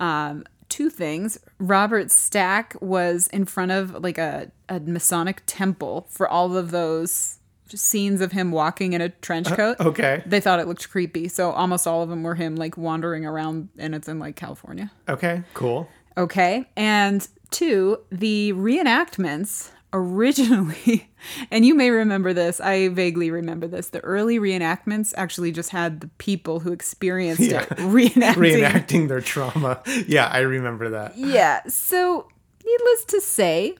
Speaker 2: Um, two things Robert Stack was in front of like a, a Masonic temple for all of those scenes of him walking in a trench coat.
Speaker 1: okay,
Speaker 2: They thought it looked creepy, so almost all of them were him like wandering around, and it's in like California.
Speaker 1: okay, cool.
Speaker 2: Okay. And two, the reenactments originally, <laughs> and you may remember this, I vaguely remember this. The early reenactments actually just had the people who experienced
Speaker 1: Yeah.
Speaker 2: it <laughs> reenacting.
Speaker 1: Reenacting their trauma. <laughs> Yeah, I remember that.
Speaker 2: yeah. So, needless to say,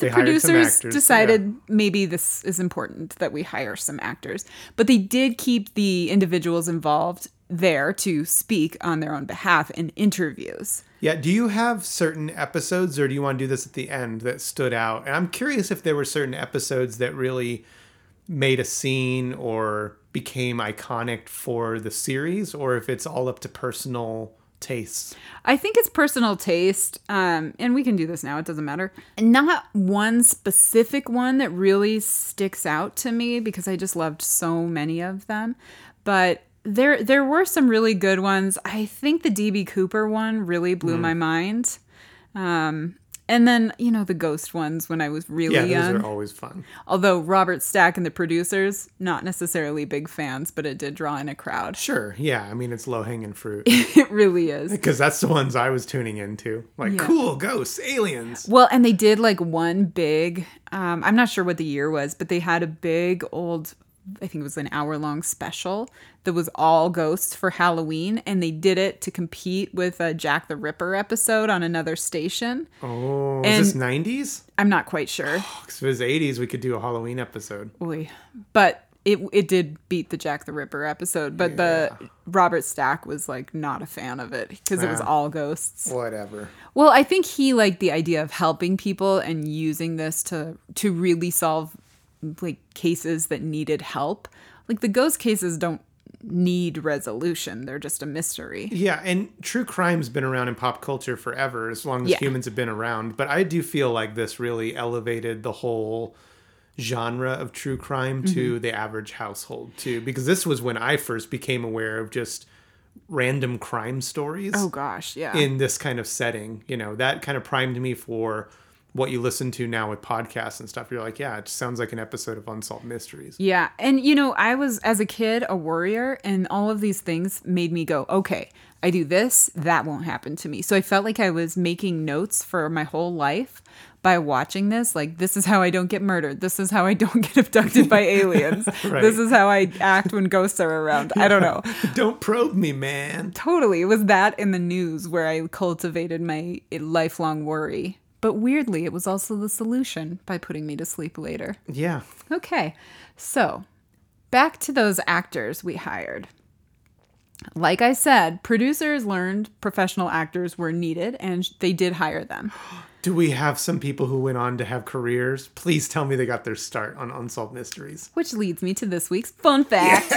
Speaker 1: The
Speaker 2: producers decided maybe this is important that we hire some actors. But they did keep the individuals involved there to speak on their own behalf in interviews.
Speaker 1: Yeah. Do you have certain episodes, or do you want to do this at the end that stood out? And I'm curious if there were certain episodes that really made a scene or became iconic for the series, or if it's all up to personal tastes.
Speaker 2: I think it's personal taste, um, and we can do this now. It doesn't matter. Not one specific one that really sticks out to me because I just loved so many of them, but there there were some really good ones. I think the DB Cooper one really
Speaker 1: Mm.
Speaker 2: blew my mind, um, and then you know the ghost ones when I was really
Speaker 1: Yeah, those
Speaker 2: young.
Speaker 1: are always fun.
Speaker 2: Although Robert Stack and the producers not necessarily big fans, but it did draw in a crowd. <laughs>
Speaker 1: Sure. Yeah. I mean, it's low hanging fruit <laughs>
Speaker 2: it really is.
Speaker 1: because that's the ones I was tuning into. Like,
Speaker 2: Yeah.
Speaker 1: cool ghosts, aliens.
Speaker 2: Well, and they did like one big, um, I'm not sure what the year was, but they had a big old, I think it was an hour long special that was all ghosts for Halloween. And they did it to compete with a Jack the Ripper episode on another station.
Speaker 1: Oh,
Speaker 2: And-
Speaker 1: is this 90s?
Speaker 2: I'm not quite
Speaker 1: <sighs>
Speaker 2: sure.
Speaker 1: 'Cause if it was 80s, we could do a Halloween episode.
Speaker 2: Oy. But it, it did beat the Jack the Ripper episode. But the Robert Stack was like not a fan of it because it was
Speaker 1: Yeah.
Speaker 2: all ghosts.
Speaker 1: Whatever.
Speaker 2: Well, I think he liked the idea of helping people and using this to to really solve like cases that needed help. Like the ghost cases don't need resolution; they're just a mystery.
Speaker 1: Yeah, and true crime's been around in pop culture forever, as long as
Speaker 2: Yeah.
Speaker 1: humans have been around. But I do feel like this really elevated the whole genre of true crime
Speaker 2: Mm-hmm.
Speaker 1: to the average household too, because this was when I first became aware of just random crime stories
Speaker 2: Oh gosh, yeah.
Speaker 1: in this kind of setting. You know, that kind of primed me for what you listen to now with podcasts and stuff. You're like, yeah, it sounds like an episode of Unsolved Mysteries.
Speaker 2: Yeah. And, you know, I was, as a kid, a worrier, and all of these things made me go, okay, I do this, that won't happen to me. So I felt like I was making notes for my whole life by watching this. Like, this is how I don't get murdered. This is how I don't <laughs> get abducted by aliens.
Speaker 1: Right.
Speaker 2: This is how I act when ghosts are around. I don't know.
Speaker 1: <laughs> Don't probe me, man.
Speaker 2: Totally. It was that in the news where I cultivated my lifelong worry. But weirdly, it was also the solution by putting me to sleep later.
Speaker 1: Yeah.
Speaker 2: Okay, so back to those actors we hired. Like I said, producers learned professional actors were needed and they did hire them.
Speaker 1: Do we have some people who went on to have careers? Please tell me they got their start on Unsolved Mysteries.
Speaker 2: Which leads me to this week's fun fact.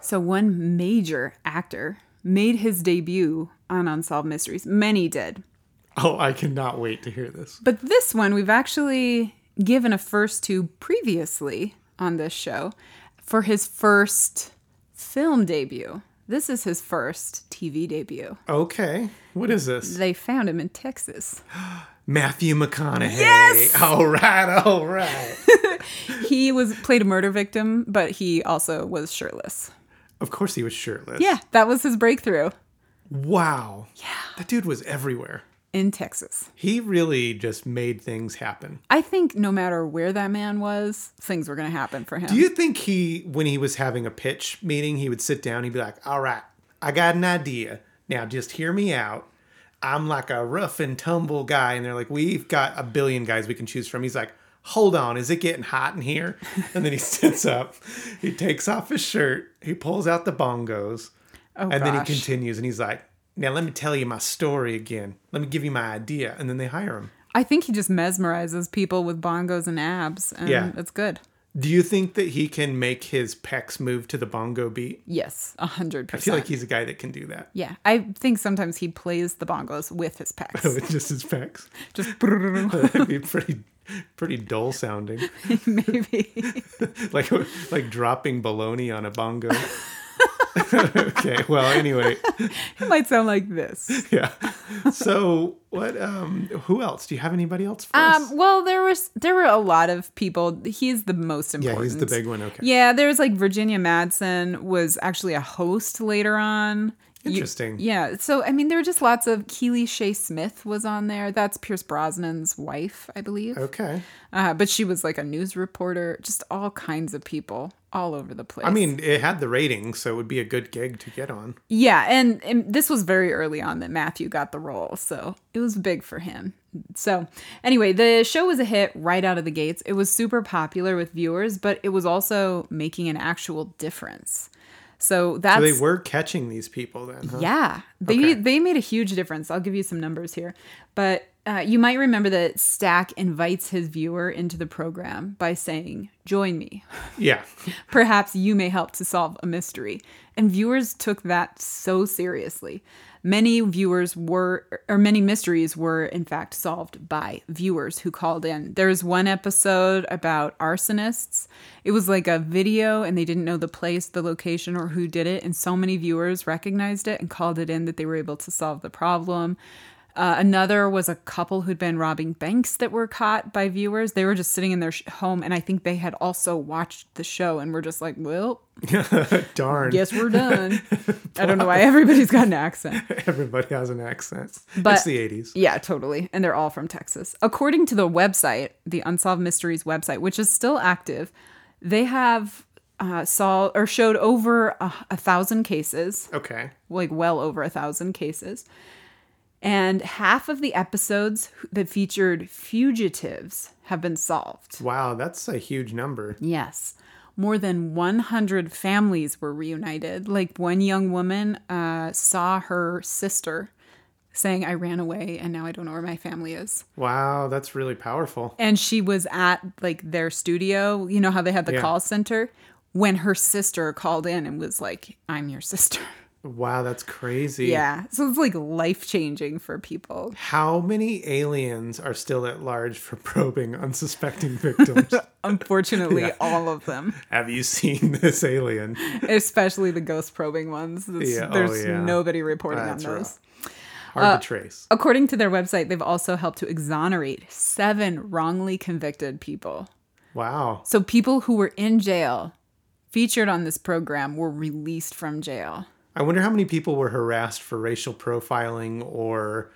Speaker 2: So, one major actor made his debut on Unsolved Mysteries. Many did.
Speaker 1: Oh, I cannot wait to hear this.
Speaker 2: But this one, we've actually given a first to previously on this show for his first film debut. This is his first TV debut.
Speaker 1: Okay. What is this?
Speaker 2: They found him in Texas.
Speaker 1: Matthew McConaughey.
Speaker 2: Yes!
Speaker 1: All right, all right.
Speaker 2: He was played a murder victim, but he also was shirtless.
Speaker 1: of course he was shirtless.
Speaker 2: Yeah, that was his breakthrough
Speaker 1: Wow. Yeah. That dude was everywhere.
Speaker 2: in Texas.
Speaker 1: He really just made things happen.
Speaker 2: I think no matter where that man was, things were going to happen for him.
Speaker 1: Do you think he, when he was having a pitch meeting, he would sit down, he'd be like, All right, I got an idea. Now just hear me out. I'm like a rough and tumble guy. And they're like, We've got a billion guys we can choose from. He's like, Hold on, is it getting hot in here? And then he <laughs> sits up, he takes off his shirt, he pulls out the bongos,
Speaker 2: oh,
Speaker 1: and then he
Speaker 2: gosh.
Speaker 1: continues and he's like, Now let me tell you my story again. Let me give you my idea. And then they hire him.
Speaker 2: I think he just mesmerizes people with bongos and abs, and
Speaker 1: Yeah.
Speaker 2: it's good.
Speaker 1: Do you think that he can make his pecs move to the bongo beat?
Speaker 2: Yes, a hundred
Speaker 1: I feel
Speaker 2: percent.
Speaker 1: like he's a guy that can do that.
Speaker 2: Yeah, I think sometimes he plays the bongos with his
Speaker 1: <laughs>
Speaker 2: pecs.
Speaker 1: with just his pecs. <laughs>
Speaker 2: just <laughs>
Speaker 1: That'd be pretty, pretty dull sounding,
Speaker 2: maybe.
Speaker 1: like like dropping baloney on a bongo. <laughs> okay. Well, anyway,
Speaker 2: It might sound like this.
Speaker 1: yeah. So what? Um, who else? Do you have anybody else for us?
Speaker 2: Um, well, there was there were a lot of people. He's the most
Speaker 1: yeah,
Speaker 2: important.
Speaker 1: he's the big one. Okay.
Speaker 2: Yeah, there was like Virginia Madsen was actually a host later on. You-
Speaker 1: Interesting.
Speaker 2: yeah, so I mean, there were just lots of Keely Shea Smith was on there. That's Pierce Brosnan's wife, I believe.
Speaker 1: Okay.
Speaker 2: Uh, but she was like a news reporter. Just all kinds of people all over the place.
Speaker 1: I mean, it had the ratings, so it would be a good gig to get on.
Speaker 2: Yeah, and, and this was very early on that Matthew got the role, so it was big for him. So, anyway, the show was a hit right out of the gates. It was super popular with viewers, but it was also making an actual difference. So that's
Speaker 1: So they were catching these people then. Huh?
Speaker 2: yeah, they
Speaker 1: Okay.
Speaker 2: they made a huge difference. I'll give you some numbers here, but uh, you might remember that Stack invites his viewer into the program by saying, "Join me."
Speaker 1: Yeah. <laughs>
Speaker 2: Perhaps you may help to solve a mystery. And viewers took that so seriously. Many viewers were, or many mysteries were, in fact, solved by viewers who called in. There was one episode about arsonists. It was like a video, and they didn't know the place, the location, or who did it. And so many viewers recognized it and called it in that they were able to solve the problem. Uh, another was a couple who'd been robbing banks that were caught by viewers. They were just sitting in their sh- home, and I think they had also watched the show and were just like, well,
Speaker 1: Darn.
Speaker 2: guess we're <laughs> done. I don't know why everybody's got an accent.
Speaker 1: Everybody has an accent.
Speaker 2: But-
Speaker 1: it's the '80s.
Speaker 2: Yeah, totally. And they're all from Texas. According to the website, the Unsolved Mysteries website, which is still active, they have uh, saw or showed over a, a thousand cases.
Speaker 1: Okay.
Speaker 2: like well over a thousand cases. And half of the episodes that featured fugitives have been solved.
Speaker 1: Wow, that's a huge number.
Speaker 2: Yes. More than 100 families were reunited. Like one young woman uh, saw her sister saying, I ran away and now I don't know where my family is.
Speaker 1: Wow, that's really powerful.
Speaker 2: And she was at like their studio, you know how they had the
Speaker 1: Yeah.
Speaker 2: call center, when her sister called in and was like, I'm your sister.
Speaker 1: Wow, that's crazy.
Speaker 2: Yeah. So it's like life changing for people.
Speaker 1: How many aliens are still at large for <laughs> probing unsuspecting
Speaker 2: <laughs>
Speaker 1: victims? <laughs>
Speaker 2: Unfortunately, all of them,
Speaker 1: Have you seen this alien?
Speaker 2: especially the ghost probing ones. It's-
Speaker 1: Yeah, oh,
Speaker 2: There's
Speaker 1: yeah.
Speaker 2: nobody reporting
Speaker 1: That's
Speaker 2: on those.
Speaker 1: rough. Hard
Speaker 2: Uh,
Speaker 1: to trace.
Speaker 2: According to their website, they've also helped to exonerate seven wrongly convicted people.
Speaker 1: Wow.
Speaker 2: So people who were in jail featured on this program were released from jail.
Speaker 1: I wonder how many people were harassed for racial profiling or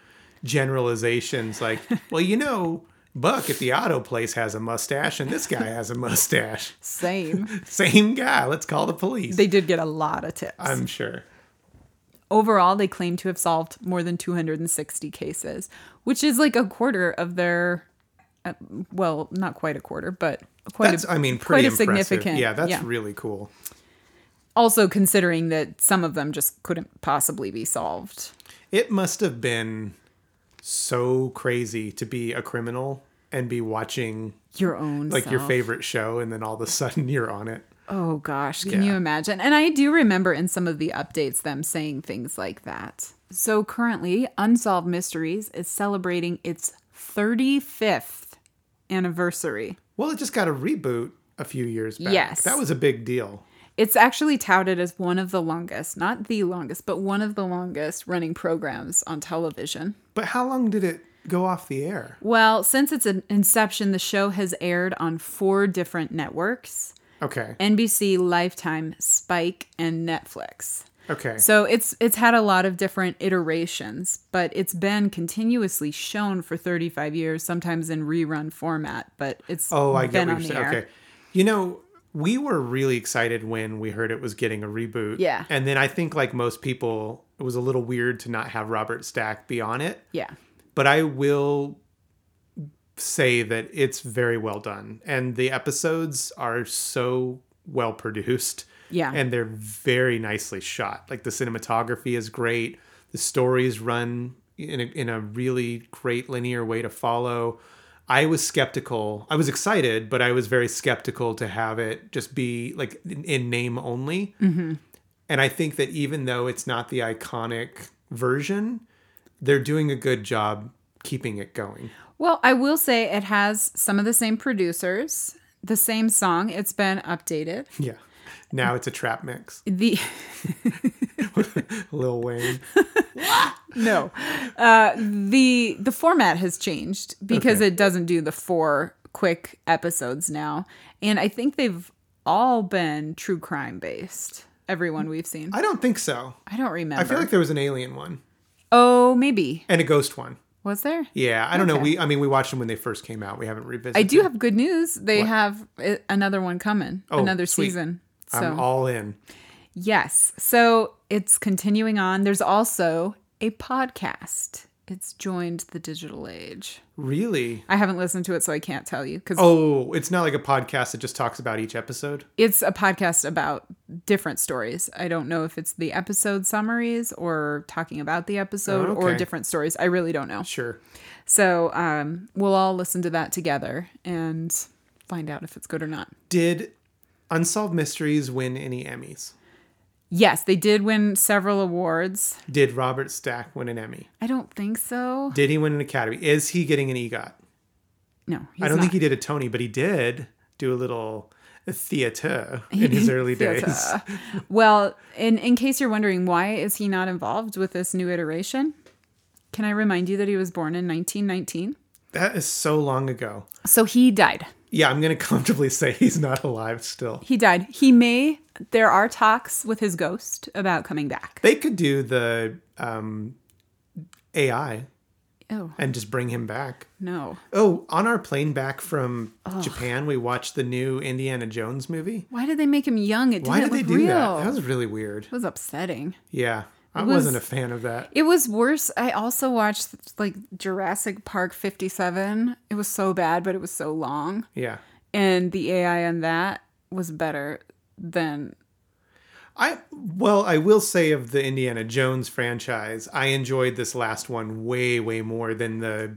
Speaker 2: <laughs>
Speaker 1: generalizations like, well, you know, Buck at the auto place has a mustache and this guy has a mustache. <laughs>
Speaker 2: Same.
Speaker 1: Same guy. Let's call the police.
Speaker 2: they did get a lot of tips.
Speaker 1: I'm sure.
Speaker 2: Overall, they claim to have solved more than 260 cases, which is like a quarter of their uh, well, not quite a quarter, but quite
Speaker 1: That's,
Speaker 2: a
Speaker 1: I mean,
Speaker 2: quite
Speaker 1: pretty
Speaker 2: a
Speaker 1: impressive.
Speaker 2: significant.
Speaker 1: Yeah, that's really cool.
Speaker 2: also considering that some of them just couldn't possibly be solved.
Speaker 1: It must have been so crazy to be a criminal and be watching
Speaker 2: Your own
Speaker 1: like your
Speaker 2: self.
Speaker 1: favorite show and then all of a sudden <laughs> you're on it.
Speaker 2: Oh gosh, can
Speaker 1: Yeah.
Speaker 2: you imagine? And I do remember in some of the updates them saying things like that. So currently, Unsolved Mysteries is celebrating its 35th anniversary.
Speaker 1: Well, it just got a reboot a few years back.
Speaker 2: Yes.
Speaker 1: That was a big deal.
Speaker 2: It's actually touted as one of the longest, not the longest, but one of the longest running programs on television.
Speaker 1: But how long did it go off the air?
Speaker 2: Well, since its inception, the show has aired on four different networks
Speaker 1: Okay.
Speaker 2: NBC, Lifetime, Spike, and Netflix.
Speaker 1: Okay.
Speaker 2: So it's it's had a lot of different iterations, but it's been continuously shown for 35 years, sometimes in rerun format, but it's
Speaker 1: oh, I get
Speaker 2: been
Speaker 1: what
Speaker 2: on
Speaker 1: you're
Speaker 2: the
Speaker 1: saying.
Speaker 2: air.
Speaker 1: Okay. You know, we were really excited when we heard it was getting a reboot.
Speaker 2: Yeah.
Speaker 1: And then I think like most people, it was a little weird to not have Robert Stack be on it.
Speaker 2: Yeah.
Speaker 1: but I will say that it's very well done and the episodes are so well produced
Speaker 2: Yeah.
Speaker 1: and they're very nicely shot like the cinematography is great the stories run in a, in a really great linear way to follow i was skeptical i was excited but i was very skeptical to have it just be like in, in name only and I think that even though it's not the iconic version, they're doing a good job keeping it going.
Speaker 2: Well, I will say it has some of the same producers, the same song, it's been updated.
Speaker 1: Yeah. Now it's a trap mix. <laughs>
Speaker 2: The
Speaker 1: Lil Wayne.
Speaker 2: no. Uh the the format has changed because
Speaker 1: Okay.
Speaker 2: it doesn't do the four quick episodes now, and I think they've all been true crime based. Everyone we've seen.
Speaker 1: I don't think so.
Speaker 2: I don't remember.
Speaker 1: I feel like there was an alien one
Speaker 2: oh, maybe
Speaker 1: and a ghost one.
Speaker 2: was there?
Speaker 1: Yeah, I don't know.
Speaker 2: Okay.
Speaker 1: We I mean we watched them when they first came out. We haven't revisited.
Speaker 2: I do
Speaker 1: them.
Speaker 2: have good news. They have have uh, another one coming,
Speaker 1: Oh,
Speaker 2: another
Speaker 1: sweet.
Speaker 2: season. So
Speaker 1: I'm all in.
Speaker 2: yes, so it's continuing on. There's also a podcast. It's joined the digital age.
Speaker 1: Really?
Speaker 2: I haven't listened to it, so I can't tell you because
Speaker 1: Oh, it's not like a podcast that just talks about each episode.
Speaker 2: it's a podcast about different stories. I don't know if it's the episode summaries or talking about the episode
Speaker 1: Oh,
Speaker 2: or
Speaker 1: okay.
Speaker 2: different stories. I really don't know.
Speaker 1: Sure.
Speaker 2: So um, we'll all listen to that together and find out if it's good or not.
Speaker 1: Did Unsolved Mysteries win any Emmys?
Speaker 2: Yes, they did win several awards.
Speaker 1: Did Robert Stack win an Emmy?
Speaker 2: I don't think so.
Speaker 1: Did he win an Academy? Is he getting an EGOT?
Speaker 2: No, he's
Speaker 1: I don't
Speaker 2: not.
Speaker 1: think he did a Tony, but he did do a little theater in his early days.
Speaker 2: Theater. Well, in in case you're wondering why is he not involved with this new iteration, can I remind you that he was born in 1919?
Speaker 1: That is so long ago.
Speaker 2: So he died.
Speaker 1: Yeah, I'm going to <laughs> comfortably say he's not alive still.
Speaker 2: He died. He may. There are talks with his ghost about coming back.
Speaker 1: They could do the um, AI
Speaker 2: Oh
Speaker 1: and just bring him back.
Speaker 2: no!
Speaker 1: Oh, on our plane back from Japan, we watched the new Indiana Jones movie.
Speaker 2: Why did they make him young? It didn't
Speaker 1: Why did they
Speaker 2: look
Speaker 1: do
Speaker 2: real.
Speaker 1: that? That was really weird.
Speaker 2: it was upsetting.
Speaker 1: Yeah, I
Speaker 2: was-
Speaker 1: wasn't a fan of that.
Speaker 2: It was worse. I also watched like Jurassic Park 57. It was so bad, but it was so long,
Speaker 1: Yeah.
Speaker 2: and the AI on that was better than.
Speaker 1: I well, I will say of the Indiana Jones franchise, I enjoyed this last one way, way more than the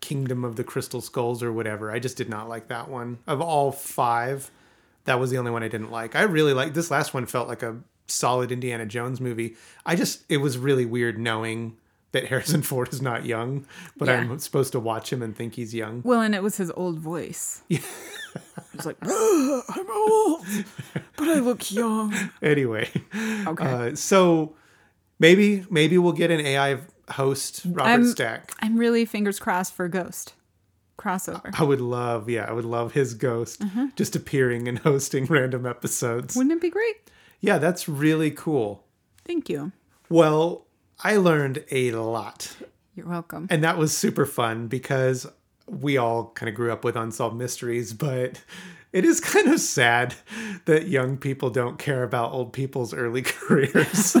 Speaker 1: Kingdom of the Crystal Skulls or whatever. I just did not like that one. Of all five, that was the only one I didn't like. I really like this last one. Felt like a solid Indiana Jones movie. I just it was really weird knowing that <laughs> Harrison Ford is not young, but
Speaker 2: Yeah.
Speaker 1: I'm supposed to watch him and think he's young. <laughs>
Speaker 2: Well, and it was his old voice. Yeah. It was like, "Ugh, I'm old, but I look young.
Speaker 1: Anyway,
Speaker 2: Okay.
Speaker 1: uh, so maybe maybe we'll get an AI host Robert
Speaker 2: I'm-
Speaker 1: Stack.
Speaker 2: I'm really fingers crossed for Ghost
Speaker 1: <laughs>
Speaker 2: crossover.
Speaker 1: I would love, yeah, I would love his ghost just appearing and <laughs> hosting random episodes.
Speaker 2: Wouldn't it be great?
Speaker 1: yeah, that's really cool.
Speaker 2: Thank you.
Speaker 1: Well, I learned a lot.
Speaker 2: You're welcome.
Speaker 1: And that was super fun because we all kind of grew up with unsolved mysteries, but it is kind of sad that young people don't care about old people's early <laughs> careers.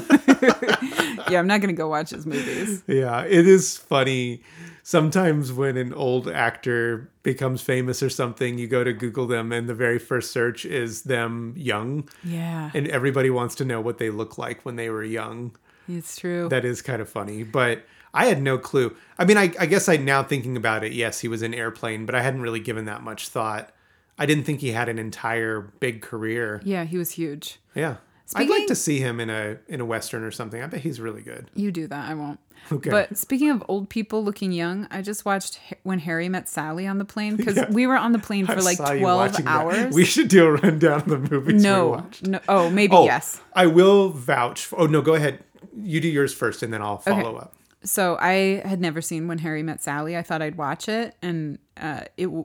Speaker 2: yeah, I'm not gonna go watch his movies.
Speaker 1: yeah, it is funny. Sometimes when an old actor becomes famous or something, you go to Google them, and the very first search is them young.
Speaker 2: Yeah,
Speaker 1: And everybody wants to know what they look like when they were young.
Speaker 2: it's true.
Speaker 1: That is kind of funny, but I had no clue. I mean, I, I guess I now thinking about it, yes, he was in Airplane, but I hadn't really given that much thought. I didn't think he had an entire big career.
Speaker 2: yeah, he was huge.
Speaker 1: Yeah. I'd like
Speaker 2: Speaking-
Speaker 1: to see him in a in a western or something. I bet he's really good. <laughs>
Speaker 2: You do that, I won't.
Speaker 1: Okay.
Speaker 2: But speaking of old people looking young, I just watched Ha- when Harry met Sally on the plane because we were on the plane for
Speaker 1: I
Speaker 2: like
Speaker 1: saw you
Speaker 2: 12
Speaker 1: watching that.
Speaker 2: hours.
Speaker 1: We should do a rundown of the movies we
Speaker 2: no,
Speaker 1: watched.
Speaker 2: no, oh, maybe
Speaker 1: Oh,
Speaker 2: yes.
Speaker 1: I will vouch. For, oh no, go ahead. You do yours first, and then I'll follow up.
Speaker 2: So I had never seen When Harry Met Sally. I thought I'd watch it, and uh, it w-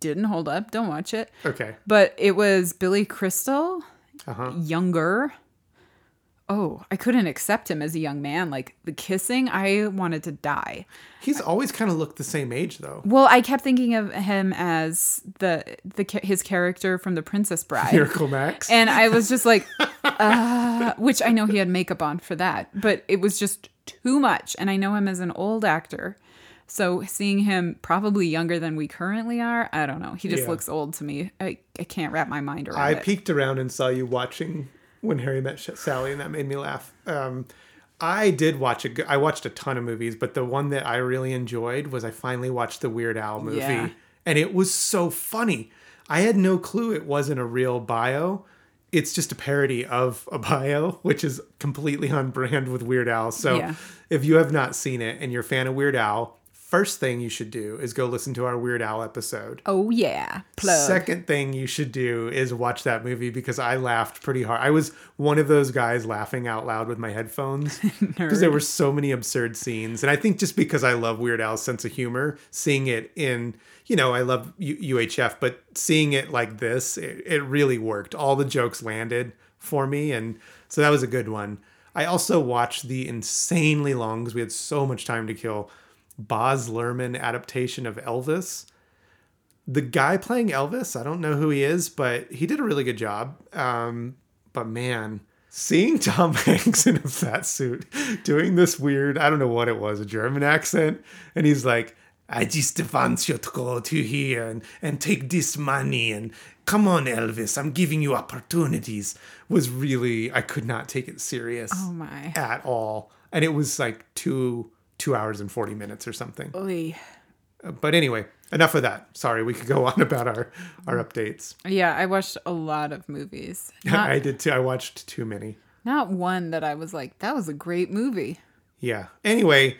Speaker 2: didn't hold up. Don't watch it.
Speaker 1: Okay.
Speaker 2: But it was Billy Crystal,
Speaker 1: Uh-huh.
Speaker 2: younger. Oh, I couldn't accept him as a young man. Like the kissing, I wanted to die.
Speaker 1: He's always kind of looked the same age though.
Speaker 2: Well, I kept thinking of him as the the ca- his character from The Princess Bride,
Speaker 1: Miracle Max.
Speaker 2: <laughs> and I was just like, uh, which I know he had makeup on for that, but it was just too much. And I know him as an old actor, so seeing him probably younger than we currently are, I don't know. He just
Speaker 1: Yeah.
Speaker 2: looks old to me. I, I can't wrap my mind around
Speaker 1: I
Speaker 2: it.
Speaker 1: peeked around and saw you watching when Harry met Sh- Sally, and that made me laugh. Um, I did watch a g- I watched a ton of movies, but the one that I really enjoyed was I finally watched the Weird Al movie,
Speaker 2: Yeah.
Speaker 1: and it was so funny. I had no clue it wasn't a real bio. It's just a parody of a bio, which is completely on brand with Weird Al. So
Speaker 2: Yeah.
Speaker 1: if you have not seen it and you're a fan of Weird Al, first thing you should do is go listen to our Weird Al episode.
Speaker 2: Oh yeah, plug.
Speaker 1: Second thing you should do is watch that movie because I laughed pretty hard. I was one of those guys laughing out loud with my headphones
Speaker 2: Oh,
Speaker 1: because there were so many absurd scenes. And I think just because I love Weird Al's sense of humor, seeing it in, you know, I love U- UHF, but seeing it like this, it, it really worked. All the jokes landed for me. And so that was a good one. I also watched the insanely long, because we had so much time to kill, Boz Lerman adaptation of Elvis the guy playing Elvis, I don't know who he is, but he did a really good job. Um, but man, seeing Tom <laughs> Hanks in a fat suit doing this weird, I don't know what it was, a German accent, and he's like, I just want you to go to here and, and take this money and come on, Elvis, I'm giving you opportunities was really, I could not take it serious
Speaker 2: oh my.
Speaker 1: at all. And it was like two two hours and 40 minutes or something.
Speaker 2: Oy.
Speaker 1: But anyway, enough of that. Sorry, we could go <laughs> on about our our updates.
Speaker 2: Yeah, I watched a lot of movies.
Speaker 1: I
Speaker 2: Not,
Speaker 1: did too. I watched too many.
Speaker 2: not one that I was like, that was a great movie.
Speaker 1: Yeah. Anyway,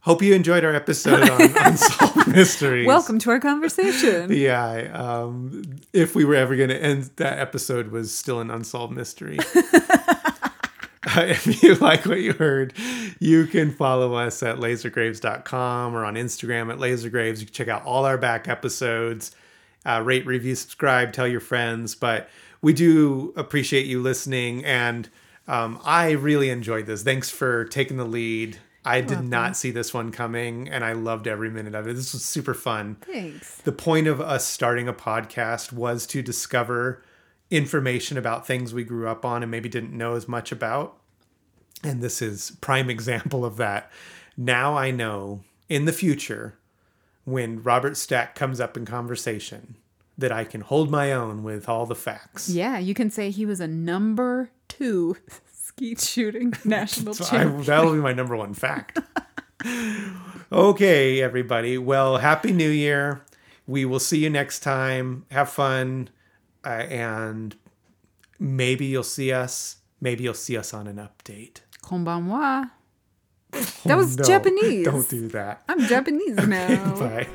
Speaker 1: hope you enjoyed our episode on <laughs> unsolved mysteries.
Speaker 2: Welcome to our
Speaker 1: <laughs>
Speaker 2: conversation.
Speaker 1: Yeah. I, Um, if we were ever going to end that episode, was still an unsolved mystery. Uh, if you like what you heard, you can follow us at lasergraves.com or on Instagram at lasergraves. You can check out all our back episodes, uh, rate, review, subscribe, tell your friends. But we do appreciate you listening, and um, I really enjoyed this. Thanks for taking the lead. I did not see this one coming, and I loved every minute of it. This was super fun
Speaker 2: Thanks.
Speaker 1: the point of us starting a podcast was to discover information about things we grew up on and maybe didn't know as much about and this is prime example of that now i know in the future when robert stack comes up in conversation that i can hold my own with all the facts
Speaker 2: Yeah, you can say he was a number two <laughs> skeet
Speaker 1: <laughs>
Speaker 2: shooting <laughs> national
Speaker 1: So I,
Speaker 2: champ.
Speaker 1: that'll be my number one fact. okay, everybody. Well, happy new year. We will see you next time. Have fun. Uh, and maybe you'll see us. Maybe you'll see us on an update.
Speaker 2: Konbanwa. That was
Speaker 1: Oh, No,
Speaker 2: Japanese.
Speaker 1: Don't do that.
Speaker 2: I'm Japanese now.
Speaker 1: <laughs> Bye.